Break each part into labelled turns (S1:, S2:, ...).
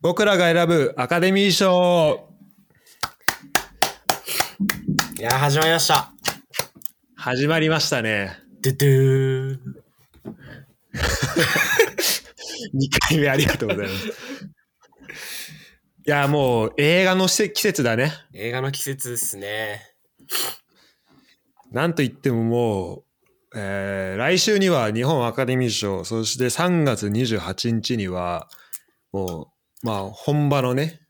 S1: 僕らが選ぶアカデミー賞
S2: いやー、始まりました。
S1: 始まりましたね。
S2: ドゥドゥー
S1: 2回目ありがとうございます。いや、もう映画の季節だね。
S2: 映画の季節ですね。
S1: なんといってももう、えー来週には日本アカデミー賞、そして3月28日には、もう、まあ、本場のね、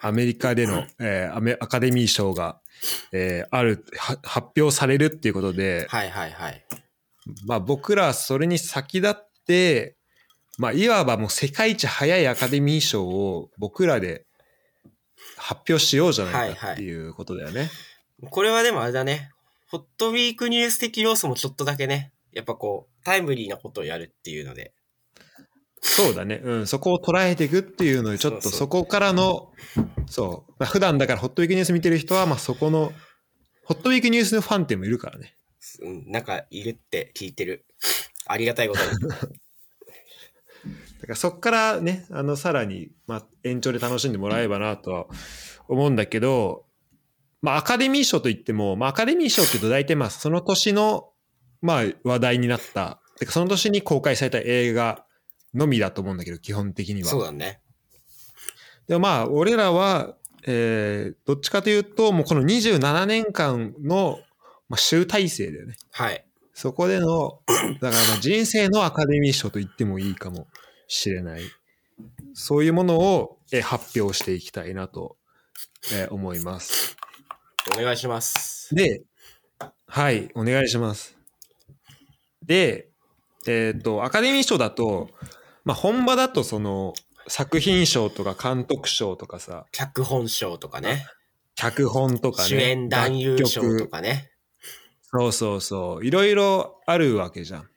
S1: アメリカでの、えーアメアカデミー賞が、えーある、は発表されるっていうことで、
S2: はいはいはい。
S1: まあ、僕らはそれに先立って、まあ、いわばもう世界一早いアカデミー賞を僕らで発表しようじゃないかっていうことだよね。
S2: これはでもあれだね。ホットウィークニュース的要素もちょっとだけね。やっぱこう、タイムリーなことをやるっていうので。
S1: そうだね、うん、そこを捉えていくっていうので、ちょ
S2: そ
S1: っと
S2: うそう
S1: そこからの、そう、まあ、普段だからホットウィークニュース見てる人は、まあそこの、ホットウィークニュースのファンっていうのもいるからね。
S2: うん、なんかいるって聞いてる。ありがたいことに。
S1: だからそこからね、あの、さらに、まあ延長で楽しんでもらえればなとは思うんだけど、まあアカデミー賞といっても、まあアカデミー賞っていうと大体まあその年の、まあ話題になった、てかその年に公開された映画のみだと思うんだけど、基本的には。
S2: そうだね。
S1: でもまあ、俺らは、えーどっちかというと、もうこの27年間の、まあ、集大成だよね。
S2: はい。
S1: そこでの、だからまあ人生のアカデミー賞と言ってもいいかもしれない。そういうものを、えー発表していきたいなと、えー思います。
S2: お願いします。
S1: で、はい、お願いします。で、えっ、と、アカデミー賞だと、まあ本場だとその、作品賞とか監督賞とかさ、
S2: 脚本賞とかね。
S1: 脚本とかね。
S2: 主演男優賞と
S1: 楽曲
S2: かね。
S1: そうそうそう。いろいろあるわけじゃん。で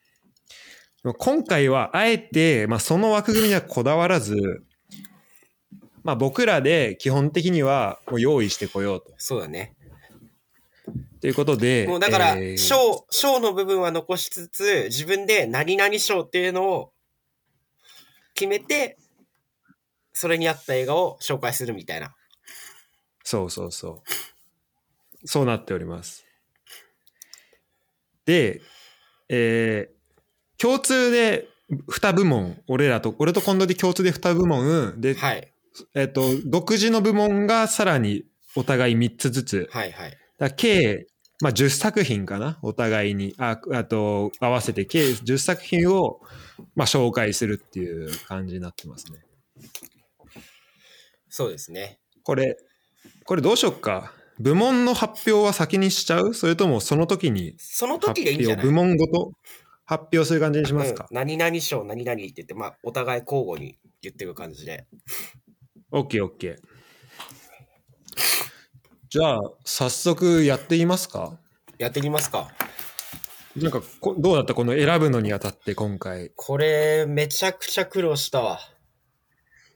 S1: も今回はあえて、まあ、その枠組みにはこだわらず、まあ、僕らで基本的にはもう用意してこようと。
S2: そうだね。
S1: ということで。
S2: もうだから
S1: え、ー
S2: 賞、賞の部分は残しつつ、自分で何々賞っていうのを決めて、それに合った映画を紹介するみたいな。
S1: そうそうそう。そうなっております。で、えー共通で2部門、俺らと、俺と近藤で共通で2部門、で、
S2: はい。
S1: えっと、独自の部門がさらにお互い3つずつ。
S2: はいはい。
S1: だから計、まあ、10作品かな、お互いに。あ、あと、合わせて計10作品を、まあ、紹介するっていう感じになってますね。
S2: そうですね。
S1: これ、これどうしよっか。部門の発表は先にしちゃうそれともその時に
S2: その
S1: 発
S2: 時がいいんじゃ
S1: 表、
S2: ない
S1: 部門ごと発表する感じにしますか
S2: うん、何々賞、何々って言って、まあ、お互い交互に言っていく感じで。
S1: ?OKOK。じゃあ、早速やっていますか
S2: やっていきますか。
S1: なんかこ、どうだったこの選ぶのにあたって今回。
S2: これ、めちゃくちゃ苦労したわ。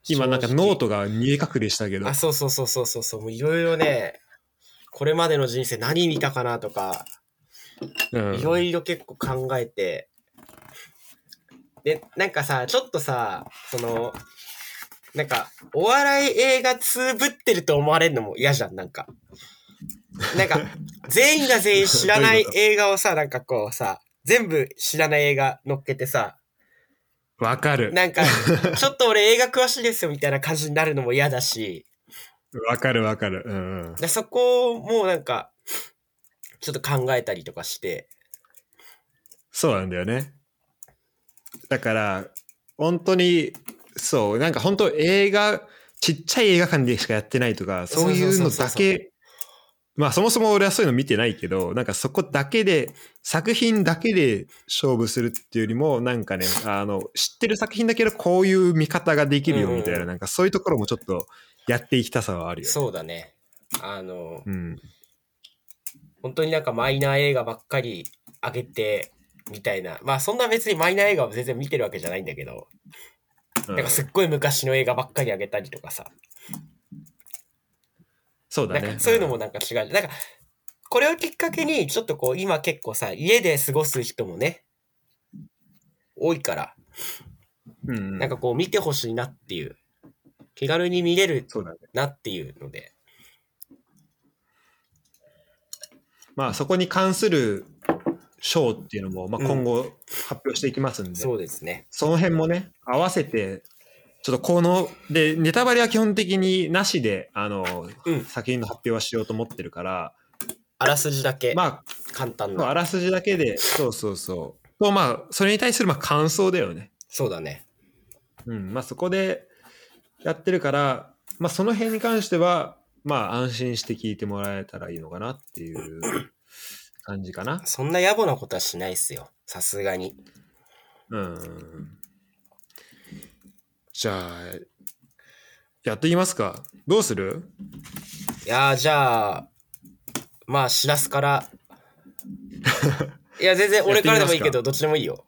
S1: 今なんか
S2: 正直
S1: ノートが見え隠れしたけど
S2: あ、。そうそうそうそうそうそう、もういろいろね、これまでの人生何見たかなとか、
S1: うん
S2: いろいろ結構考えて、で、なんかさ、ちょっとさ、その、なんか、お笑い映画つぶってると思われるのも嫌じゃん、なんか。なん か、全員が全員知らな
S1: どうい
S2: いう
S1: こと
S2: 映画をさ、なんかこうさ、全部知らない映画乗っけてさ、
S1: わかる。
S2: なん か、ちょっと俺映画詳しいですよみたいな感じになるのも嫌だし、
S1: わかるわかる。うんうん。
S2: でそこをもうなんか、ちょっと考えたりとかして、
S1: そうなんだよね。だから、本当に、そう、なんか本当映画、ちっちゃい映画館でしかやってないとか、そういうの
S2: そうそうそう
S1: だ
S2: そう
S1: け、まあそもそも俺はそういうの見てないけど、なんかそこだけで、作品だけで勝負するっていうよりも、なんかね、あの、知ってる作品だけどこういう見方ができるよみたいな、
S2: うん
S1: なんかそういうところもちょっとやっていきたさはあるよね。
S2: そうだね。あの、
S1: うん。
S2: 本当になんかマイナー映画ばっかり上げて、みたいな。まあそんな別にマイナー映画を全然見てるわけじゃないんだけど、
S1: う
S2: な
S1: ん
S2: んかすっごい昔の映画ばっかり上げたりとかさ、
S1: そうだ
S2: なん
S1: ね
S2: か。そういうのもなんか違う。なんか、これをきっかけに、ちょっとこう今結構さ、家で過ごす人もね、多いから、
S1: うん
S2: なんかこう見てほしいなっていう、気軽に見れる
S1: そうだね。
S2: なっていうので、
S1: まあそこに関する賞っていうのも、ま
S2: うん
S1: あ、今後発表していきますんで、
S2: そうですね。
S1: その辺もね、合わせて、ちょっとこの、で、ネタバレは基本的になしで、あの、
S2: うん
S1: 作品の発表はしようと思ってるから、
S2: あらすじだけ、
S1: ま
S2: 簡単
S1: あ、あ
S2: な。
S1: らすじだけで、そうそうそう。と、まあ、それに対するまあ感想だよね。
S2: そうだね。
S1: うん、まあそこでやってるから、まあその辺に関しては、まあ安心して聞いてもらえたらいいのかなっていう感じかな。
S2: そんな野暮なことはしないっすよ。さすがに。
S1: うん。じゃあ、やっていきますか。どうする
S2: いやー、じゃあ、まあ、しらすから。いや、全然俺からでもいいけど、どっちでもいいよ。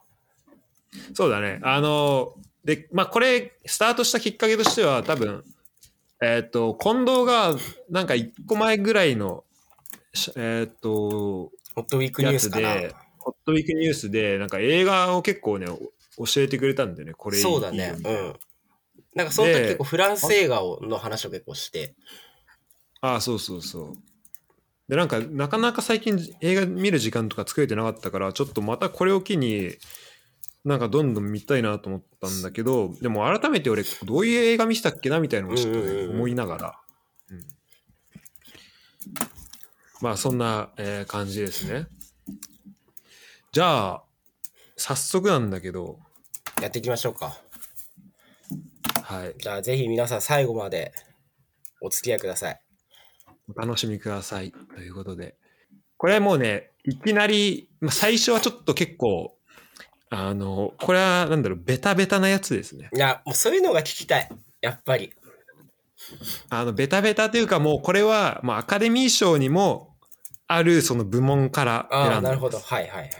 S1: そうだね。あの、で、まあこれ、スタートしたきっかけとしては、多分、えっ、と、近藤が、なんか一個前ぐらいの、しえっ、と、
S2: ホットウィークニュースかな。
S1: やつでホットウィークニュースで、なんか映画を結構ね、お教えてくれたんだよね、これいい
S2: そうだね。
S1: いいよ
S2: うん。なんかその時
S1: で
S2: 結構フランス映画をの話を結構して。
S1: ああ、そうそうそう。で、なんか、なかなか最近映画見る時間とか作れてなかったから、ちょっとまたこれを機に、なんかどんどん見たいなと思ったんだけど、でも改めて俺、どういう映画見せたっけなみたいなのをちょっとね、
S2: うんうんうん
S1: 思いながら。うんまあ、そんな、えー感じですね。じゃあ、早速なんだけど、
S2: やっていきましょうか。
S1: はい。
S2: じゃあぜひ皆さん最後までお付き合いください。
S1: お楽しみください。ということで。これはもうね、いきなり、まあ、最初はちょっと結構、あの、これはなんだろう、ベタベタなやつですね。
S2: いや、もうそういうのが聞きたい。やっぱり。
S1: あの、ベタベタというかもうこれは、まあ、アカデミー賞にもあるその部門から選ん
S2: あ
S1: だ
S2: あ、
S1: んです
S2: なるほど。。はいはいはい。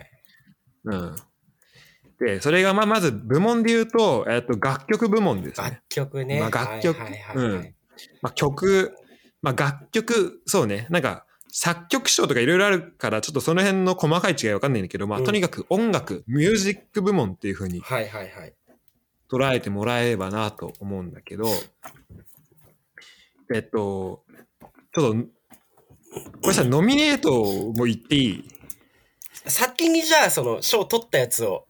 S1: うん。で、それがまあ、まず部門で言うと、えっと、楽曲部門です
S2: 楽
S1: ね。
S2: 曲ね。
S1: まあ楽曲
S2: はいはいはい、は
S1: う
S2: い。
S1: まあ、曲、まあ、楽曲、そうね、なんか、作曲賞とかいろいろあるから、ちょっとその辺の細かい違いわかんないんだけど、まあ、
S2: うん
S1: とにかく音楽、ミュージック部門っていう風に
S2: はいはいはい。
S1: 捉えてもらえればなと思うんだけど、えっと、ちょっと、これさ、ノミネートも言っていい
S2: 先にじゃあその賞取ったやつを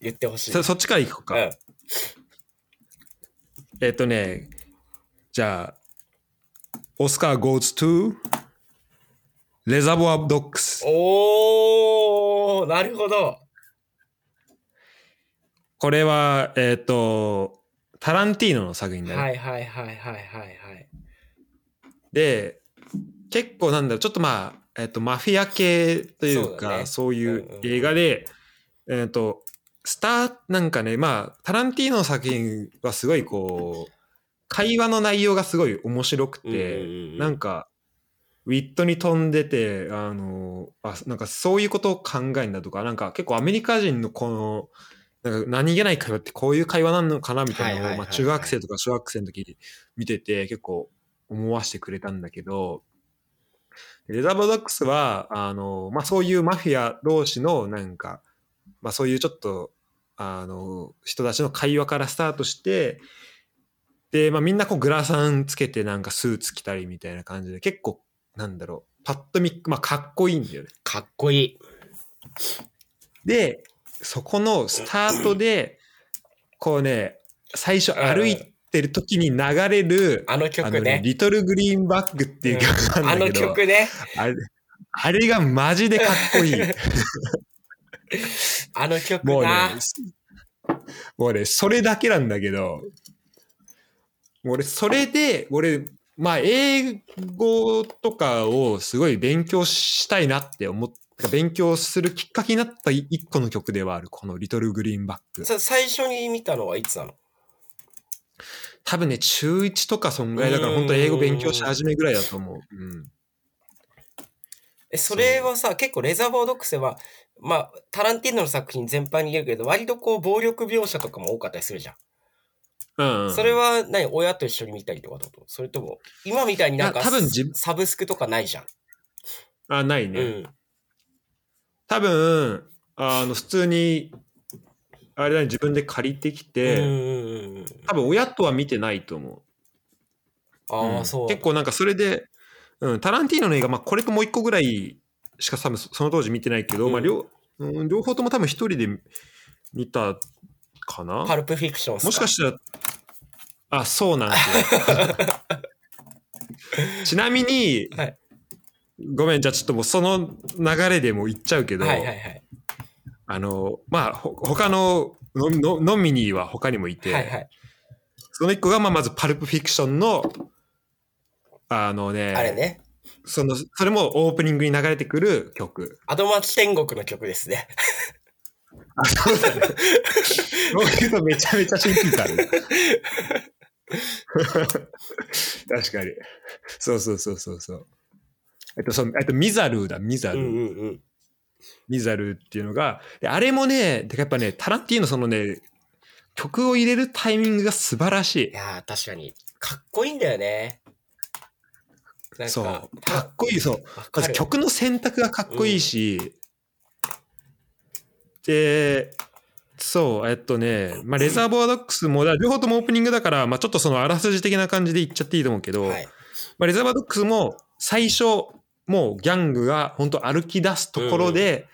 S2: 言ってほしい。
S1: そそっちから行こうか。
S2: うん。
S1: えっとね、じゃあ、オスカー goes to レザボアドックス。
S2: おー、なるほど。
S1: これは、えっ、と、タランティーノの作品だね。
S2: はいはいはいはいはいはい。
S1: で、結構なんだろう、ちょっとまあ、えっ、と、マフィア系という
S2: そうだ
S1: か、そう,、
S2: ね
S1: いう
S2: うんうん
S1: 映画で、えっ、と、スター、なんかね、まあ、タランティーノの作品はすごいこう、会話の内容がすごい面白くて、な
S2: か
S1: んか、ウィットに飛んでて、あの、あなんかそういうことを考えるんだとか、なんか結構アメリカ人のこの、なんか何気ない会話ってこういう会話なのかなみたいな
S2: はいはい
S1: の
S2: は
S1: を、
S2: いは
S1: ま
S2: い
S1: あ中学生とか小学生の時に見てて、結構思わせてくれたんだけど、レザーバードックスは、あの、まあそういうマフィア同士のなんか、まあそういうちょっと、あの、人たちの会話からスタートして、で、まあ、みんなこうグラサンつけてなんかスーツ着たりみたいな感じで結構なんだろうパッと見、まあ、かっこいいんだよね。
S2: かっこいい。
S1: でそこのスタートでこうね最初歩いてる時に流れる
S2: あの曲
S1: あのね
S2: ね。
S1: リトルグリーンバッグ」っていう曲な
S2: あ
S1: んだ
S2: の
S1: けど、
S2: 曲ね。
S1: あれあれがマジでかっこい い。
S2: あの曲
S1: もうね
S2: な。、
S1: もうね、それだけなんだけど、俺、それで、俺、まあ、英語とかをすごい勉強したいなって思った、勉強するきっかけになった一個の曲ではある、このリトルグリーンバック。
S2: さ最初に見たのはいつなの
S1: 多分ね、中1とかそんぐらいだから、本当英語勉強し始めぐらいだと思う。うん。
S2: え、それはさ、結構レザーバードックスは、まあ、タランティーノの作品全般に言えるけど、割とこう、暴力描写とかも多かったりするじゃん。
S1: うん、
S2: それ、は何、親と一緒に見たりとかだとそれとも、今みたいになんか
S1: いや多分自分
S2: サブスクとかないじゃん。
S1: あ、ないね。
S2: うん。
S1: 多分あの普通にああれだね、自分で借りてきて、
S2: うんうんうん。
S1: 多分親とは見てないと思う。
S2: あ
S1: う
S2: あ、
S1: ん
S2: そう。
S1: 結構なんかそれで、うん、タランティーノの映画、まあ、これともう一個ぐらいしか多分そその当時見てないけど、
S2: うん
S1: まあ両うん、両方とも多分一人で見たかな
S2: パルプフィクションっす
S1: もしかしたらあそうなんですよ ちなみに、
S2: はい
S1: ごめんじゃあちょっともうその流れでもう言っちゃうけど、
S2: はいはいはい。
S1: あのまあほ他のののノミニーは他にもいて、
S2: はいはい。
S1: その一個がまあまずパルプフィクションのあのね
S2: あれね。
S1: その、それもオープニングに流れてくる曲。
S2: アドマチ天国の曲ですね。
S1: あ、そうだね。僕言うとめちゃめちゃ親近感ある。確かに。そうそうそうそうそう。えっと、その、えっと、ミザルーだ、ミザ
S2: うん
S1: ル
S2: う
S1: ー。
S2: んうん。
S1: ミザルーっていうのが、であれもね、てかやっぱね、タランティーノそのね、曲を入れるタイミングが素晴らし。
S2: いやー、確かに。かっこいいんだよね。ないん
S1: そう。
S2: か、
S1: かっこいい、そう。
S2: わか
S1: まず
S2: る。
S1: 曲の選択がかっこいいし、でそうえっとね、まあ、レザーボアドックスもだ両方ともオープニングだから、まあ、ちょっとそのあらすじ的な感じで言っちゃっていいと思うけど、
S2: はい。
S1: まあ、レザーボアドックスも最初もうギャングが本当歩き出すところで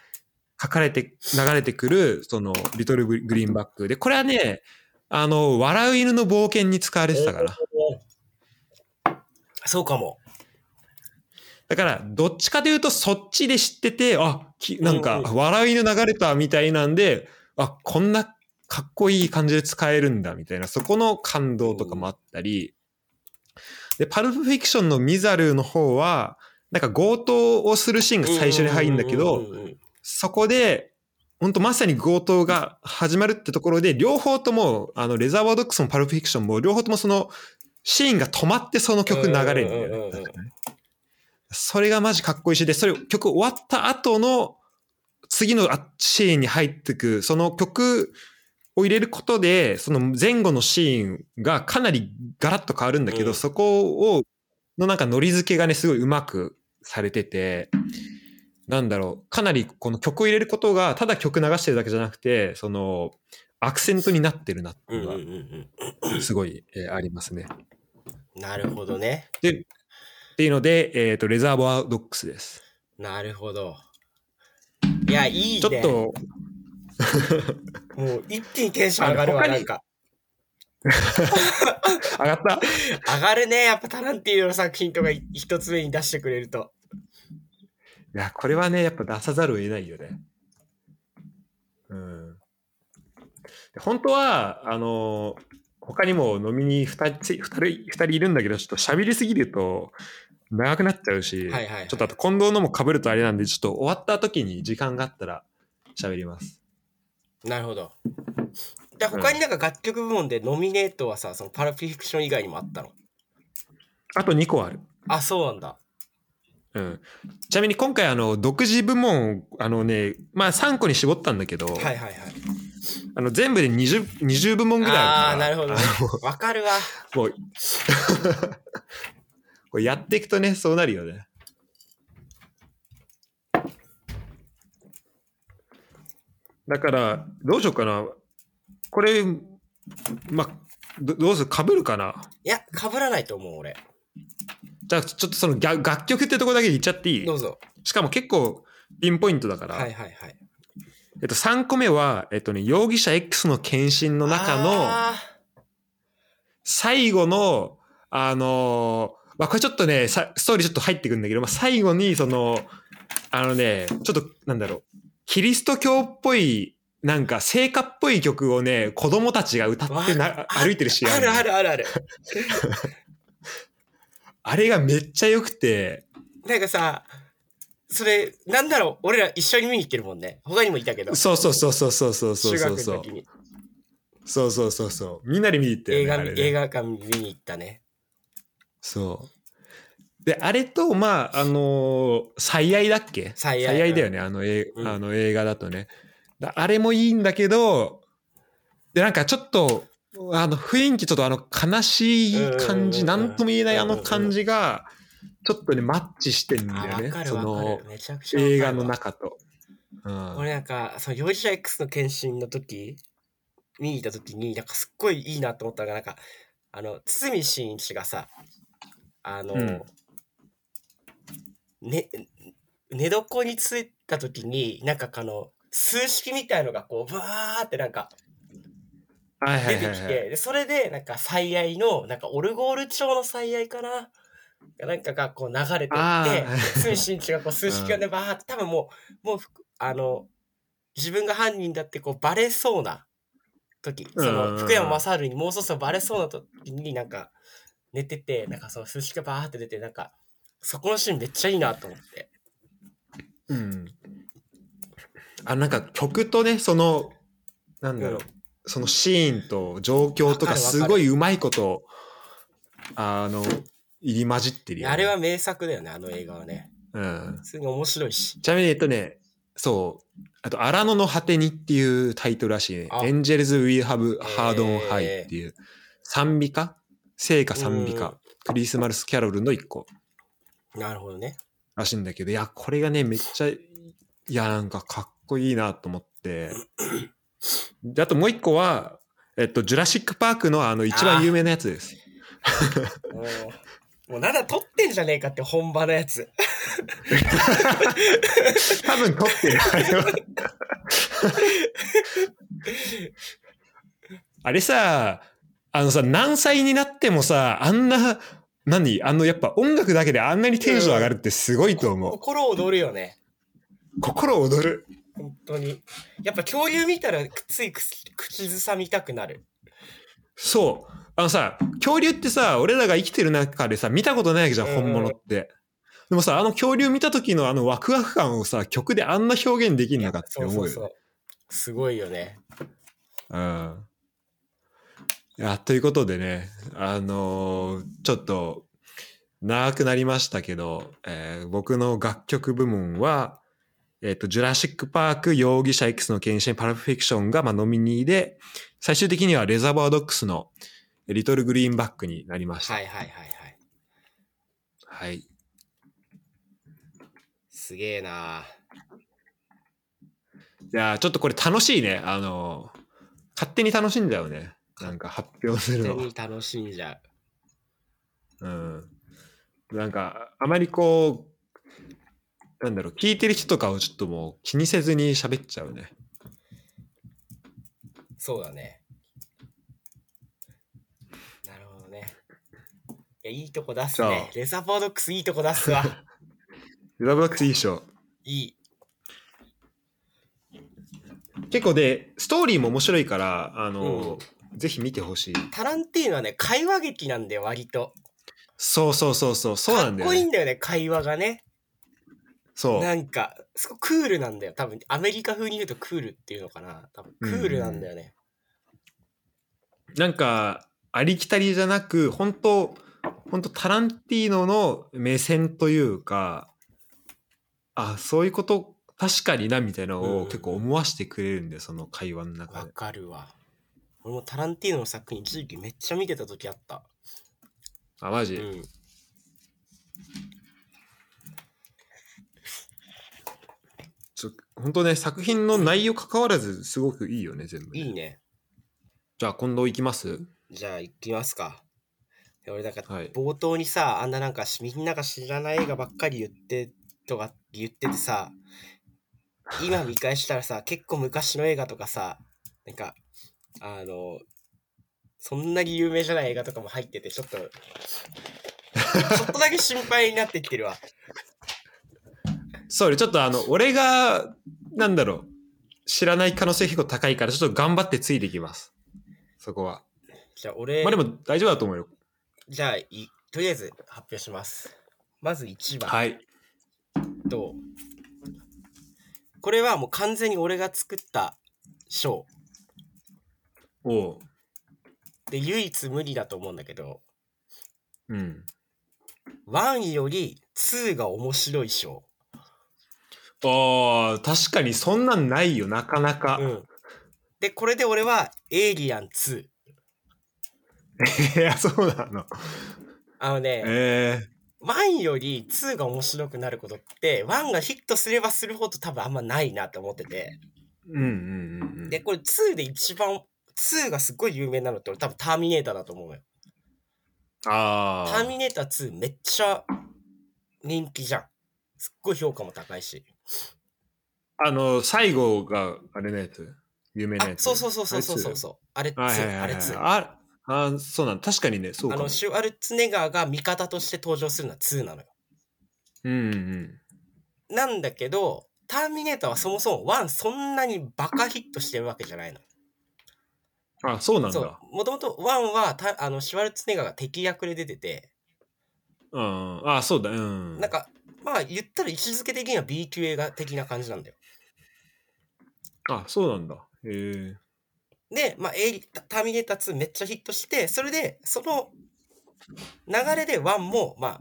S1: 書かれて、流れてくるその「リトル・グリーンバック」でこれはねあの笑う犬の冒険に使われてたかな。
S2: そうかも。
S1: だから、どっちかというと、そっちで知ってて、あ、きなん
S2: う
S1: か
S2: ん、う
S1: 笑いの流れたみたいなんで、あ、こんなかっこいい感じで使えるんだ、みたいな、そこの感動とかもあったり、で、パルプフィクションのミザルの方は、なんか強盗をするシーンが最初に入るんだけ
S2: う
S1: ど、
S2: んうんうん
S1: そこで、本当まさに強盗が始まるってところで、両方とも、あの、レザーバードックスもパルプフィクションも、両方ともその、シーンが止まってその曲流れるんだよ
S2: うんうんうん
S1: ね
S2: うん
S1: 確かね。それがマジかっこいいし、で、それ曲終わった後の次のあシーンに入ってく、その曲を入れることで、その前後のシーンがかなりガラッと変わるんだけど、
S2: うん
S1: そこを、のなんかノリ付けがね、すごいうまくされてて、なんだろう、かなりこの曲を入れることが、ただ曲流してるだけじゃなくて、その、アクセントになってるなっていう
S2: うん
S1: の
S2: う
S1: が
S2: んうん
S1: すごい、えーありますね。っ
S2: うん。なるほどね。
S1: ていうので、えっ、と、レザーボアドックスです。
S2: なるほど。いや、いいね。
S1: ちょっと、
S2: もう一気にテンション上がる
S1: あ
S2: わ、
S1: の他
S2: なん
S1: に
S2: か。
S1: 上がっ
S2: 上
S1: た。
S2: がるね、やっぱタランティーノの作品とかい一つ目に出してくれると。
S1: いや、これはね、やっぱ出さざるを得ないよね。うん。で本当は、あの他にも飲みに2人、二人二人いるんだけど、ちょっと喋りすぎると長くなっちゃうし、
S2: はいはいはい
S1: ちょっとあと近藤のも被るとあれなんで、ちょっと終わった時に時間があったら喋ります。
S2: なるほど。で、他になんか楽曲部門でノミネートはさ、そのパラフィクション以外にもあったの。
S1: あと2個ある。
S2: あ、そうなんだ。
S1: うん、ちなみに今回あの独自部門をあのねまあ3個に絞ったんだけど、
S2: はいはいはい。
S1: あの全部で 20, 20部門ぐらい
S2: あ
S1: あ
S2: あー、
S1: るから
S2: なるほど ね。わかるわ。
S1: もう これやっていくとねそうなるよねだからどうしようかなこれまあどどうするかぶるかない
S2: や、被らないと思う、俺。
S1: じゃあちょっとその楽楽曲ってとこだけ言っちゃっていい
S2: どうぞ。
S1: しかも結構ピンポイントだから、
S2: はいはいはい。
S1: えっと、3個目は、えっとね、容疑者 X の検診の中の
S2: あ
S1: 最後の、あのーまあ、これちょっとね、さストーリーちょっと入ってくんだけど、まあ、最後に、その、あのね、ちょっと、なんだろう、キリスト教っぽい、なんか、聖歌っぽい曲をね、子供たちが歌ってな、歩いてるシーン
S2: ーあ
S1: の
S2: るあるあるある。
S1: あれがめっちゃ良くて、
S2: なんかさ、それ、なんだろう、俺ら一緒に見に行ってるもんね。他にもいたけど。
S1: そうそうそうそうそうそうそう
S2: 中学
S1: そうそ
S2: の
S1: う
S2: 時。に
S1: そうそうそうそう。みんなで見に行ったよね。
S2: 映画
S1: あ
S2: 見、
S1: れね
S2: 映画館見に行ったね。
S1: そう。で、あれと、まあ、あのー最愛だっけ
S2: 最愛
S1: だよね、あの映
S2: うん
S1: あの映画だとね。だあれもいいんだけど、で、なんかちょっと、あの雰囲気ちょっとあの悲しい感じ、
S2: うんうん
S1: な
S2: うんうん
S1: んとも言えないあの感じが、ちょっとね、マッチしてんだ
S2: あ、
S1: よ
S2: わ
S1: ね
S2: か。る
S1: そ
S2: わ
S1: の
S2: かる。めちゃくちゃわかるわ
S1: 映画の中と。うん、
S2: 俺なんか、その容疑者 X の検診の時、見に行った時に、なんかすっごいいいなと思ったのが、なんか、あの、堤真一がさ、あの、
S1: うん
S2: ね、寝床についた時に、なんかあの、数式みたいのがこう、ブワーってなんか
S1: はいは
S2: 出
S1: い
S2: てきて、
S1: はいはい。
S2: でそれでなんか最愛の、なんかオルゴール調の最愛かななんかがこう流れてって、
S1: あ
S2: 通信値がこう数式がね、バーって、多分もう、もうふく、あの、自分が犯人だってこうバレそうな時、そ
S1: うん
S2: の福山雅治にもうそろそろバレそうな時になんか寝てて、なんかその数式がバーって出て、なんか、そこのシーンめっちゃいいなと思って。
S1: うん。あ、なんか曲とね、その、なんだろう、
S2: うん
S1: そのシーンと状況と
S2: わかるわか
S1: か、
S2: る
S1: すごいうまいこと、あの、入り混じってるよ、ね。
S2: あれは、名作だよね、あの映画はね。
S1: うん
S2: 普。通に面白いし。
S1: ちなみに、えっとね、そう、あと、荒野の果てにっていうタイトルらしいね。
S2: あ
S1: エンジェルズ・ウィー・ハブ・
S2: えー
S1: ハード・オン・ハイっていう、賛美歌聖歌賛美
S2: うん
S1: 歌。クリスマス・キャロルの一個
S2: なるほどね。
S1: らしいんだけど、いや、これがね、めっちゃ、いや、なんかかっこいいなと思って。で、あともう一個は、えっと、ジュラシック・パークのあの、一番有名なやつです。
S2: もう、もうなんだ、撮ってんじゃねえかって、本場のやつ。
S1: 多分撮ってる、あれは。あれさ、あのさ、何歳になってもさ、あんな、何あの、やっぱ音楽だけであんなにテンション上がるってすごいと思う。
S2: 心躍るよね。
S1: 心躍る。
S2: 本当に。やっぱ恐竜見たら、つい口口ずさみたくなる。
S1: そう。あのさ、恐竜ってさ、俺らが生きてる中でさ、見たことないわけじゃん、
S2: うん
S1: 本物って。でもさ、あの恐竜見た時のあのワクワク感をさ、曲であんな表現できるのかって
S2: そう
S1: 思う
S2: そ
S1: よ
S2: うそ
S1: ね。
S2: う。すごいよね。
S1: うん。いや、ということでね、あのーちょっと、長くなりましたけど、えー僕の楽曲部門は、えっ、と、ジュラシック・パーク、容疑者 X の検視、パラフィクションが、まあ、ノミニーで、最終的にはレザーバードックスの、リトル・グリーンバックになりました。
S2: はいはいはいはい。
S1: はい。
S2: すげえなあ
S1: いやーちょっとこれ楽しいね。あのー勝手に楽しんだよね。なんか発表する
S2: 本
S1: の
S2: 当。に楽しんじゃ
S1: うん。なんか、あまりこう、なんだろう、聞いてる人とかをちょっともう気にせずに喋っちゃうね。
S2: う。そうだね。なるほどね。いや、いいとこ出すね
S1: そ。
S2: レザーボードックスいいとこ出すわ。
S1: ラブバックスいいっしょ。
S2: いい。
S1: 結構で、ストーリーも面白いから、あの、
S2: う
S1: ぜひ見てほしい。
S2: タランティーノはね、会話劇なんだよ、割と。
S1: そうそうそうそう、そうなんだ
S2: かっこ
S1: よ、
S2: いい
S1: ね。
S2: んだよね、会話がね。
S1: そう。
S2: なんか、すごいクールなんだよ。多分、アメリカ風に言うとクールっていうのかな。多分、クールなんだよね。
S1: なんか、ありきたりじゃなく、本当本当タランティーノの目線というか、あ、そういうこと、確かにな、みたいなのを結構思わせてくれるんで、その会話の中
S2: わ
S1: で。
S2: かるわ。俺もタランティーノの作品、一時期めっちゃ見てた時あった。
S1: あ、マ
S2: う
S1: ジ、
S2: ん。
S1: ちょ本当ね、作品の内容関わらず、すごくいいよね、全部ね、
S2: いいね。
S1: じゃあ、今度行きます
S2: じゃあ、行きますか。で俺、なんか、
S1: はい
S2: 冒頭にさ、あんななんかし、みんなが知らない映画ばっかり言って、とか、言っててさ、今見返したらさ、結構昔の映画とかさ、なんか、あの、そんなに有名じゃない映画とかも入ってて、ちょっと、ちょっとだけ心配になってきてるわ。
S1: そうね、ちょっとあの、俺が、なんだろう、知らない可能性結構高いから、ちょっと頑張ってついていきます。そこは。
S2: じゃあ、俺、
S1: まあでも、大丈夫だと思うよ。
S2: じゃあい、とりあえず発表します。まず1番
S1: はい。
S2: と、これはもう完全に俺が作った賞
S1: おう。
S2: で唯一無理だと思うんだけど、
S1: うん。
S2: 1より2が面白い賞。
S1: ああ、確かにそんなんないよ、なかなか。
S2: うん。で、これで俺はエイリアン2。
S1: いや、そうなの。
S2: あのね、
S1: え
S2: 1より2が面白くなることって、1がヒットすればするほど多分あんまないなと思ってて。
S1: えうんうんうんうん。
S2: で、これ2で一番2がすっごい有名なのって俺多分ターミネーターだと思うのよ。
S1: あ
S2: タ
S1: あ。
S2: ーミネーター2めっちゃ人気じゃん。すっごい評価も高いし。
S1: あの、最後があれのやつ。有名な
S2: あ
S1: や、つ。
S2: そうそうそうそうそうそうそう。あれ
S1: はいはい
S2: 2、
S1: は
S2: あ
S1: い
S2: れ
S1: はい
S2: 2。
S1: ああそうなん確かにね、そう
S2: あ
S1: かも
S2: の、。シュワルツェネッガーが味方として登場するのは2なのよ。
S1: うんうん。
S2: なんだけど、ターミネーターはそもそも1そんなにバカヒットしてるわけじゃないの。
S1: あ、そうなん
S2: そう
S1: だ。。
S2: もともと1はたあのシュワルツェネッガーが敵役で出てて、
S1: うん。あ、そうだ。うん。
S2: なんか、まあ言ったら位置づけ的には B 級映画的な感じなんだよ。
S1: あ、そうなんだ。へえ。
S2: で、まあ、エイリタターミネーター2めっちゃヒットして、それで、その流れで1も、まあ、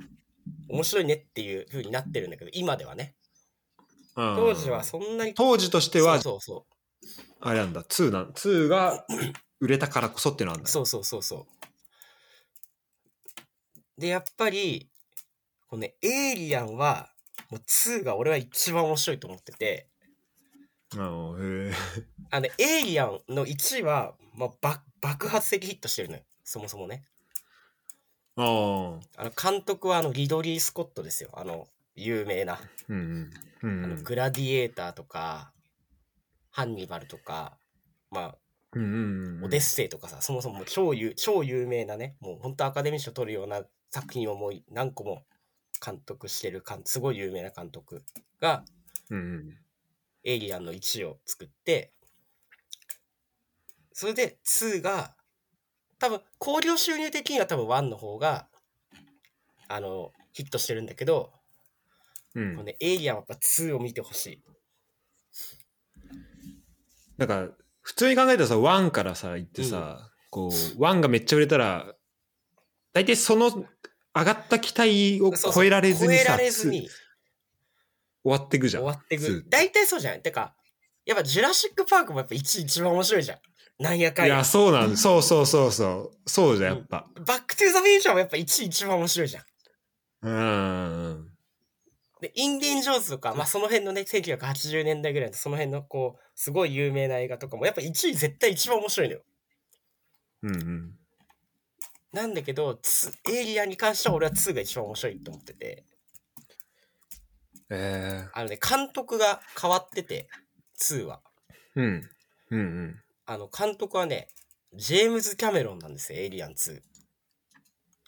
S2: 面白いねっていう風になってるんだけど、今ではね。
S1: うん
S2: 当時はそんなに。
S1: 当時としては、
S2: そうそう
S1: あれなんだ、2なん、2が売れたからこそっていうのなんだ。
S2: そう。そうそうそうそう。で、やっぱり、このね、エイリアンは、もう2が俺は一番面白いと思ってて、
S1: あのへえ。
S2: あの、エイリアンの1は、まあ、ば爆発的ヒットしてるのよ。そもそもね。
S1: ああ。
S2: あの、監督はあの、リドリー・スコットですよ。あの、有名な。
S1: うんうん。う
S2: あの
S1: ん
S2: グラディエーターとか、ハンニバルとか、まあ、
S1: うん。うんうん。
S2: オデッ。セイとかさ、そもそももう超有超有名なね、もう本当アカデミー賞取るような作品をもう何個も監督してる、監すごい有名な監督が、
S1: うんうん。
S2: エイリアンの1を作って、それで2が、多分、興行収入的には多分1の方が、あの、ヒットしてるんだけど、
S1: うん
S2: この。ね、エイリアンはやっぱ2を見てほしい。
S1: なんか、普通に考えたらさ、ワンからさ、行ってさ、こう、ワンがめっちゃ売れたら、大体その上がった期待を
S2: そうそう
S1: 超えられずに
S2: 超え
S1: さ、
S2: られずに
S1: 終わっていくじゃ
S2: 終
S1: ん。
S2: わってい
S1: ず
S2: く。大体そうじゃないてか、やっぱジュラシックパークもやっぱ1一番面白いじゃん。なんやかん
S1: い
S2: や
S1: や、。そうな んそうそうそうそう。そうじゃん、やっぱ。
S2: バックトゥーザフューチャーもやっぱ1一番面白いじゃん。
S1: うん。うん
S2: で、インディン・ジョーンズとか、まあ、その辺のね、1980年代ぐらいのその辺のこう、すごい有名な映画とかも、やっぱ1位絶対一番面白いのよ。
S1: うん。
S2: なんだけど、ツエイリアンに関しては俺は2が一番面白いと思ってて、
S1: え
S2: あのね、監督が変わってて、2は。
S1: えうん。うんうん。
S2: あの、監督はね、ジェームズ・キャメロンなんですよ、エイリアン2。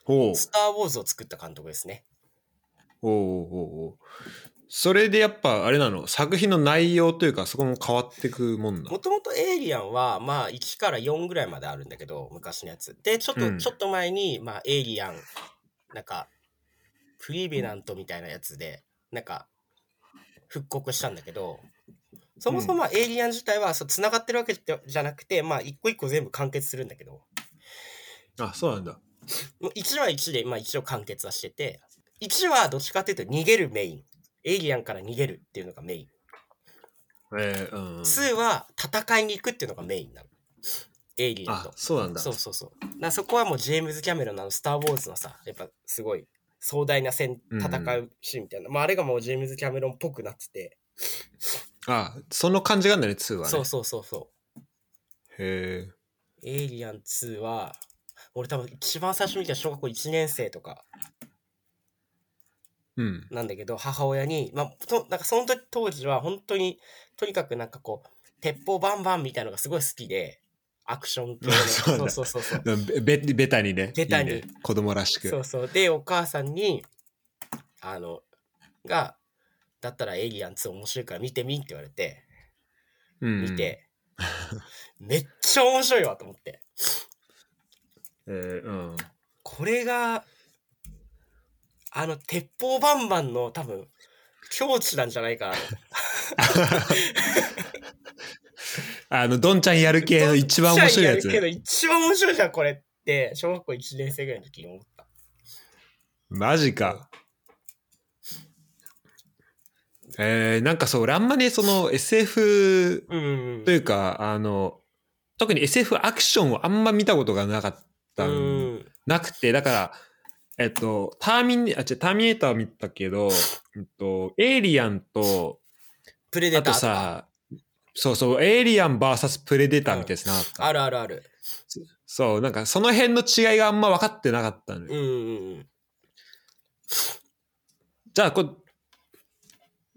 S1: ほう。
S2: スター・ウォーズを作った監督ですね。
S1: おうおうおうおうそれでやっぱあれなの作品の内容というかそこも変わってくもんだ
S2: もともとエイリアンは、まあ、1から4ぐらいまであるんだけど、昔のやつ。で、ちょっと、
S1: うん
S2: ちょっと前に、まあ、エイリアン、なんか、プリベナントみたいなやつで、なんか、復刻したんだけど、そもそもまあエイリアン自体は、そう、繋がってるわけじゃなくて、まあ、一個一個全部完結するんだけど、
S1: あそうなんだ
S2: もう1は1で、まあ、一応完結はしてて、1はどっちかっていうと、逃げるメイン。エイリアンから逃げるっていうのがメイン。
S1: ええうん
S2: 2は戦いに行くっていうのがメインなの。エイリアン
S1: あ
S2: と。
S1: そうなんだ
S2: そうそうそう。なそこはもうジェームズ・キャメロンのあのスター・ウォーズのさ、やっぱすごい壮大な戦
S1: うんうん
S2: 戦うシーンみたいな、まああれがもうジェームズ・キャメロンっぽくなってて、
S1: あその感じがあるんだね2はね
S2: そうそうそうそ
S1: へえ
S2: う。エイリアン2は、俺多分一番最初見た小学校1年生とか
S1: うん
S2: なんだけど、母親に、まあ、となんかその時当時は本当に、とにかくなんかこう、鉄砲バンバンみたいのがすごい好きで、アクション系の、
S1: そう
S2: そ
S1: なん
S2: うそう
S1: だ
S2: そうそう。
S1: ベベタにね
S2: ベタに
S1: いいね子供らしく
S2: そうそう。で、お母さんに、あの、が、だったらエイリアン2面白いから見てみんって言われて、
S1: うんうん
S2: 見 て、めっちゃ面白いわと思って。
S1: ええうん
S2: これが、あの、鉄砲バンバンの多分、境地なんじゃないかな。
S1: あのどんちゃんやる系の一番面白いや
S2: ど
S1: つ
S2: っちはやるけど、一番面白いじゃん、これって、小学校1年生ぐらいの時に思った。
S1: マジか。えー、なんかそう、俺あんまりその SF
S2: うんうん
S1: というか、あの、特に SF アクションをあんま見たことがなかっ
S2: う
S1: た、
S2: ん。
S1: なくて、だから、えっと、ターミネあ、違うターミネーター見たけど、えっと、エイリアンと、
S2: プレデ
S1: あ
S2: ター
S1: と、さ、そうそう、エイリアン VS プレデターみたいなやつなかった。
S2: あるあるある。
S1: そう、なんかその辺の違いがあんま分かってなかったのよ。
S2: うんうんうん。
S1: じゃあこう、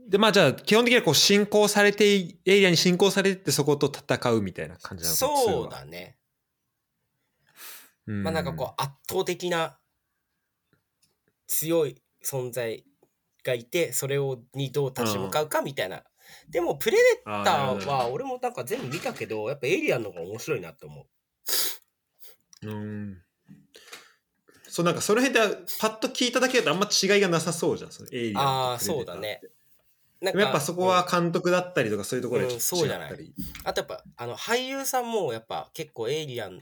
S1: で、まあじゃあ、基本的にはこう進行されてい、エイリアンに進行されてってそこと戦うみたいな感じなのかな
S2: そう。だね。
S1: ツーは
S2: まあなんかこう圧倒的な強い存在がいて、それをにどう立ち向かうかみたいな。でもプレデ
S1: うん、あー
S2: タ
S1: なるほ
S2: ー
S1: ど
S2: は俺もなんか全部見たけど、やっぱエイリアンの方が面白いなって思
S1: うん。そう、なんかその辺でパッと聞いただけだとあんま違いがなさそうじゃん、そのエイリ
S2: う。
S1: アンとプレデター
S2: ああ、そうだ。ね。なん
S1: でもやっぱそこは監督だったりとかそういうところでちょっと違ったり。
S2: あとやっぱ、あの、俳優さんもやっぱ結構エイリアン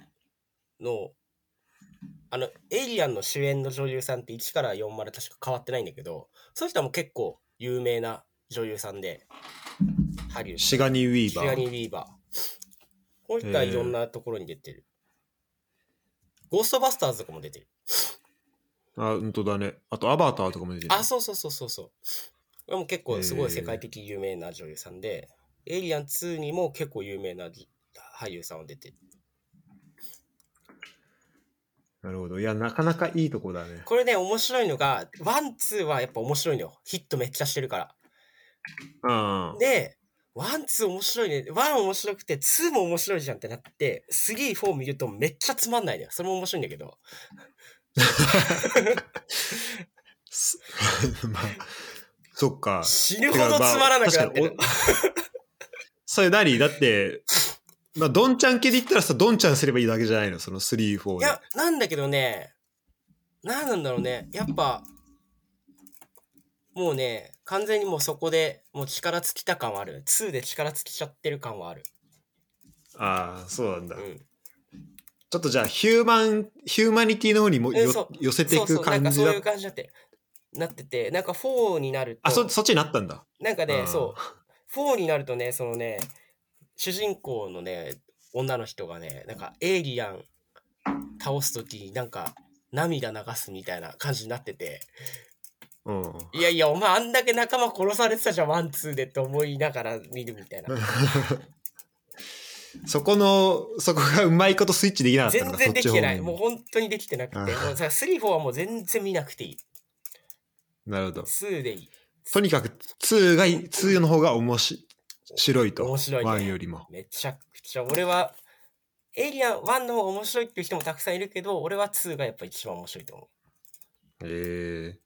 S2: の、あの、エイリアンの主演の女優さんって1から4まで確か変わってないんだけど、そういう人はもう結構有名な女優さんで、ハリウッド。
S1: シガニー・ウィー
S2: シ
S1: バ
S2: ガニ
S1: ー。
S2: ー・ウィーバー。こういったいろんなところに出てる。ゴーストバスターズとかも出てる。
S1: あ、本当だね。あと、アバターとかも出てる。
S2: あ、そうそうそうそうそう。これも結構すごい世界的有名な女優さんで、エイリアン2にも結構有名な俳優さんは出てる。
S1: なるほど。いや、なかなかいいとこだね。
S2: これね、面白いのが、ワン、ツーはやっぱ面白いのよ。ヒットめっちゃしてるから。
S1: うん。
S2: で、ワン、ツー面白いね。ワン面白くて、ツーも面白いじゃんってなって、スリー、フォー見るとめっちゃつまんないのよ。それも面白いんだけど。
S1: す まあ、そっか。
S2: 死ぬほどつまらなくなってる
S1: て。かまあ確かにおそれ何だって、まあ、ドンちゃん系で言ったらさ、ドンちゃんすればいいだけじゃないのその3、4
S2: い
S1: で。
S2: や、なんだけどね、なんなんだろうね。やっぱ、もうね、完全にもうそこでもう力尽きた感はある。ツーで力尽きちゃってる感はある。
S1: ああ、そうなん
S2: う
S1: だ。
S2: ん。
S1: ちょっとじゃあ、ヒューマン、ヒューマニティの方にも
S2: え
S1: よ
S2: そ
S1: 寄せてい
S2: そう
S1: く
S2: そう、なん
S1: 感
S2: か
S1: じ
S2: そう
S1: だ
S2: いう。感じだって、なってて、なんか4になると。
S1: あ、そ、そっちになったんだ。
S2: なんか
S1: う
S2: ね、
S1: ん
S2: そう、4になるとね、そのね、主人公のね、女の人がね、なんかエイリアン倒すときになんか涙流すみたいな感じになってて、
S1: うん。
S2: いやいや、お前あんだけ仲間殺されてたじゃん、ワンツーでって思いながら見るみたいな。
S1: そこの、そこがうまいことスイッチできなかったの
S2: 全
S1: か、
S2: 然できてない。
S1: そっち方面に
S2: もう本当にできてな くて、
S1: あ
S2: も
S1: ー
S2: うさ、3、4はもう全然見なくていい。
S1: なるほど。
S2: 2でいい。
S1: とにかく2がいい、2の方が面白いと。
S2: 面白いね
S1: 1よりも。
S2: めちゃくちゃ、俺は、エイリアン1の方が面白いっていう人もたくさんいるけど、俺は2がやっぱ一番面白いと思う。
S1: ええ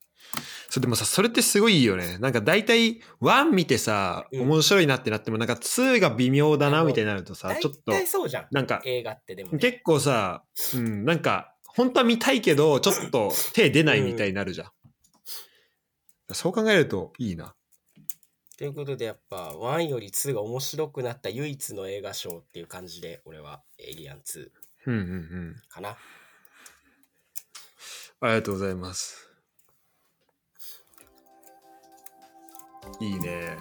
S1: そうでもさそれってすごいいいよねなんか大体1見てさ
S2: うん
S1: 面白いなってなってもなんか2が微妙だなみたいになるとさ
S2: 大
S1: ちょっと
S2: 体そうじゃん。
S1: なんか
S2: 映画ってでもね、
S1: 結構さうんなんか本当は見たいけどちょっと手出ないみたいになるじゃん、そう考えるといいな
S2: ということでやっぱ1より2が面白くなった唯一の映画賞っていう感じで俺はエイリアン2
S1: うんうんうん
S2: かな。
S1: ありがとうございますいいね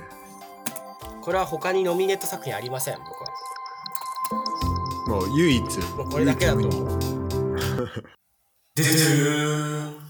S2: これは他にノミネート作品ありません、僕は。
S1: もう唯一
S2: もうこれだけだと思う。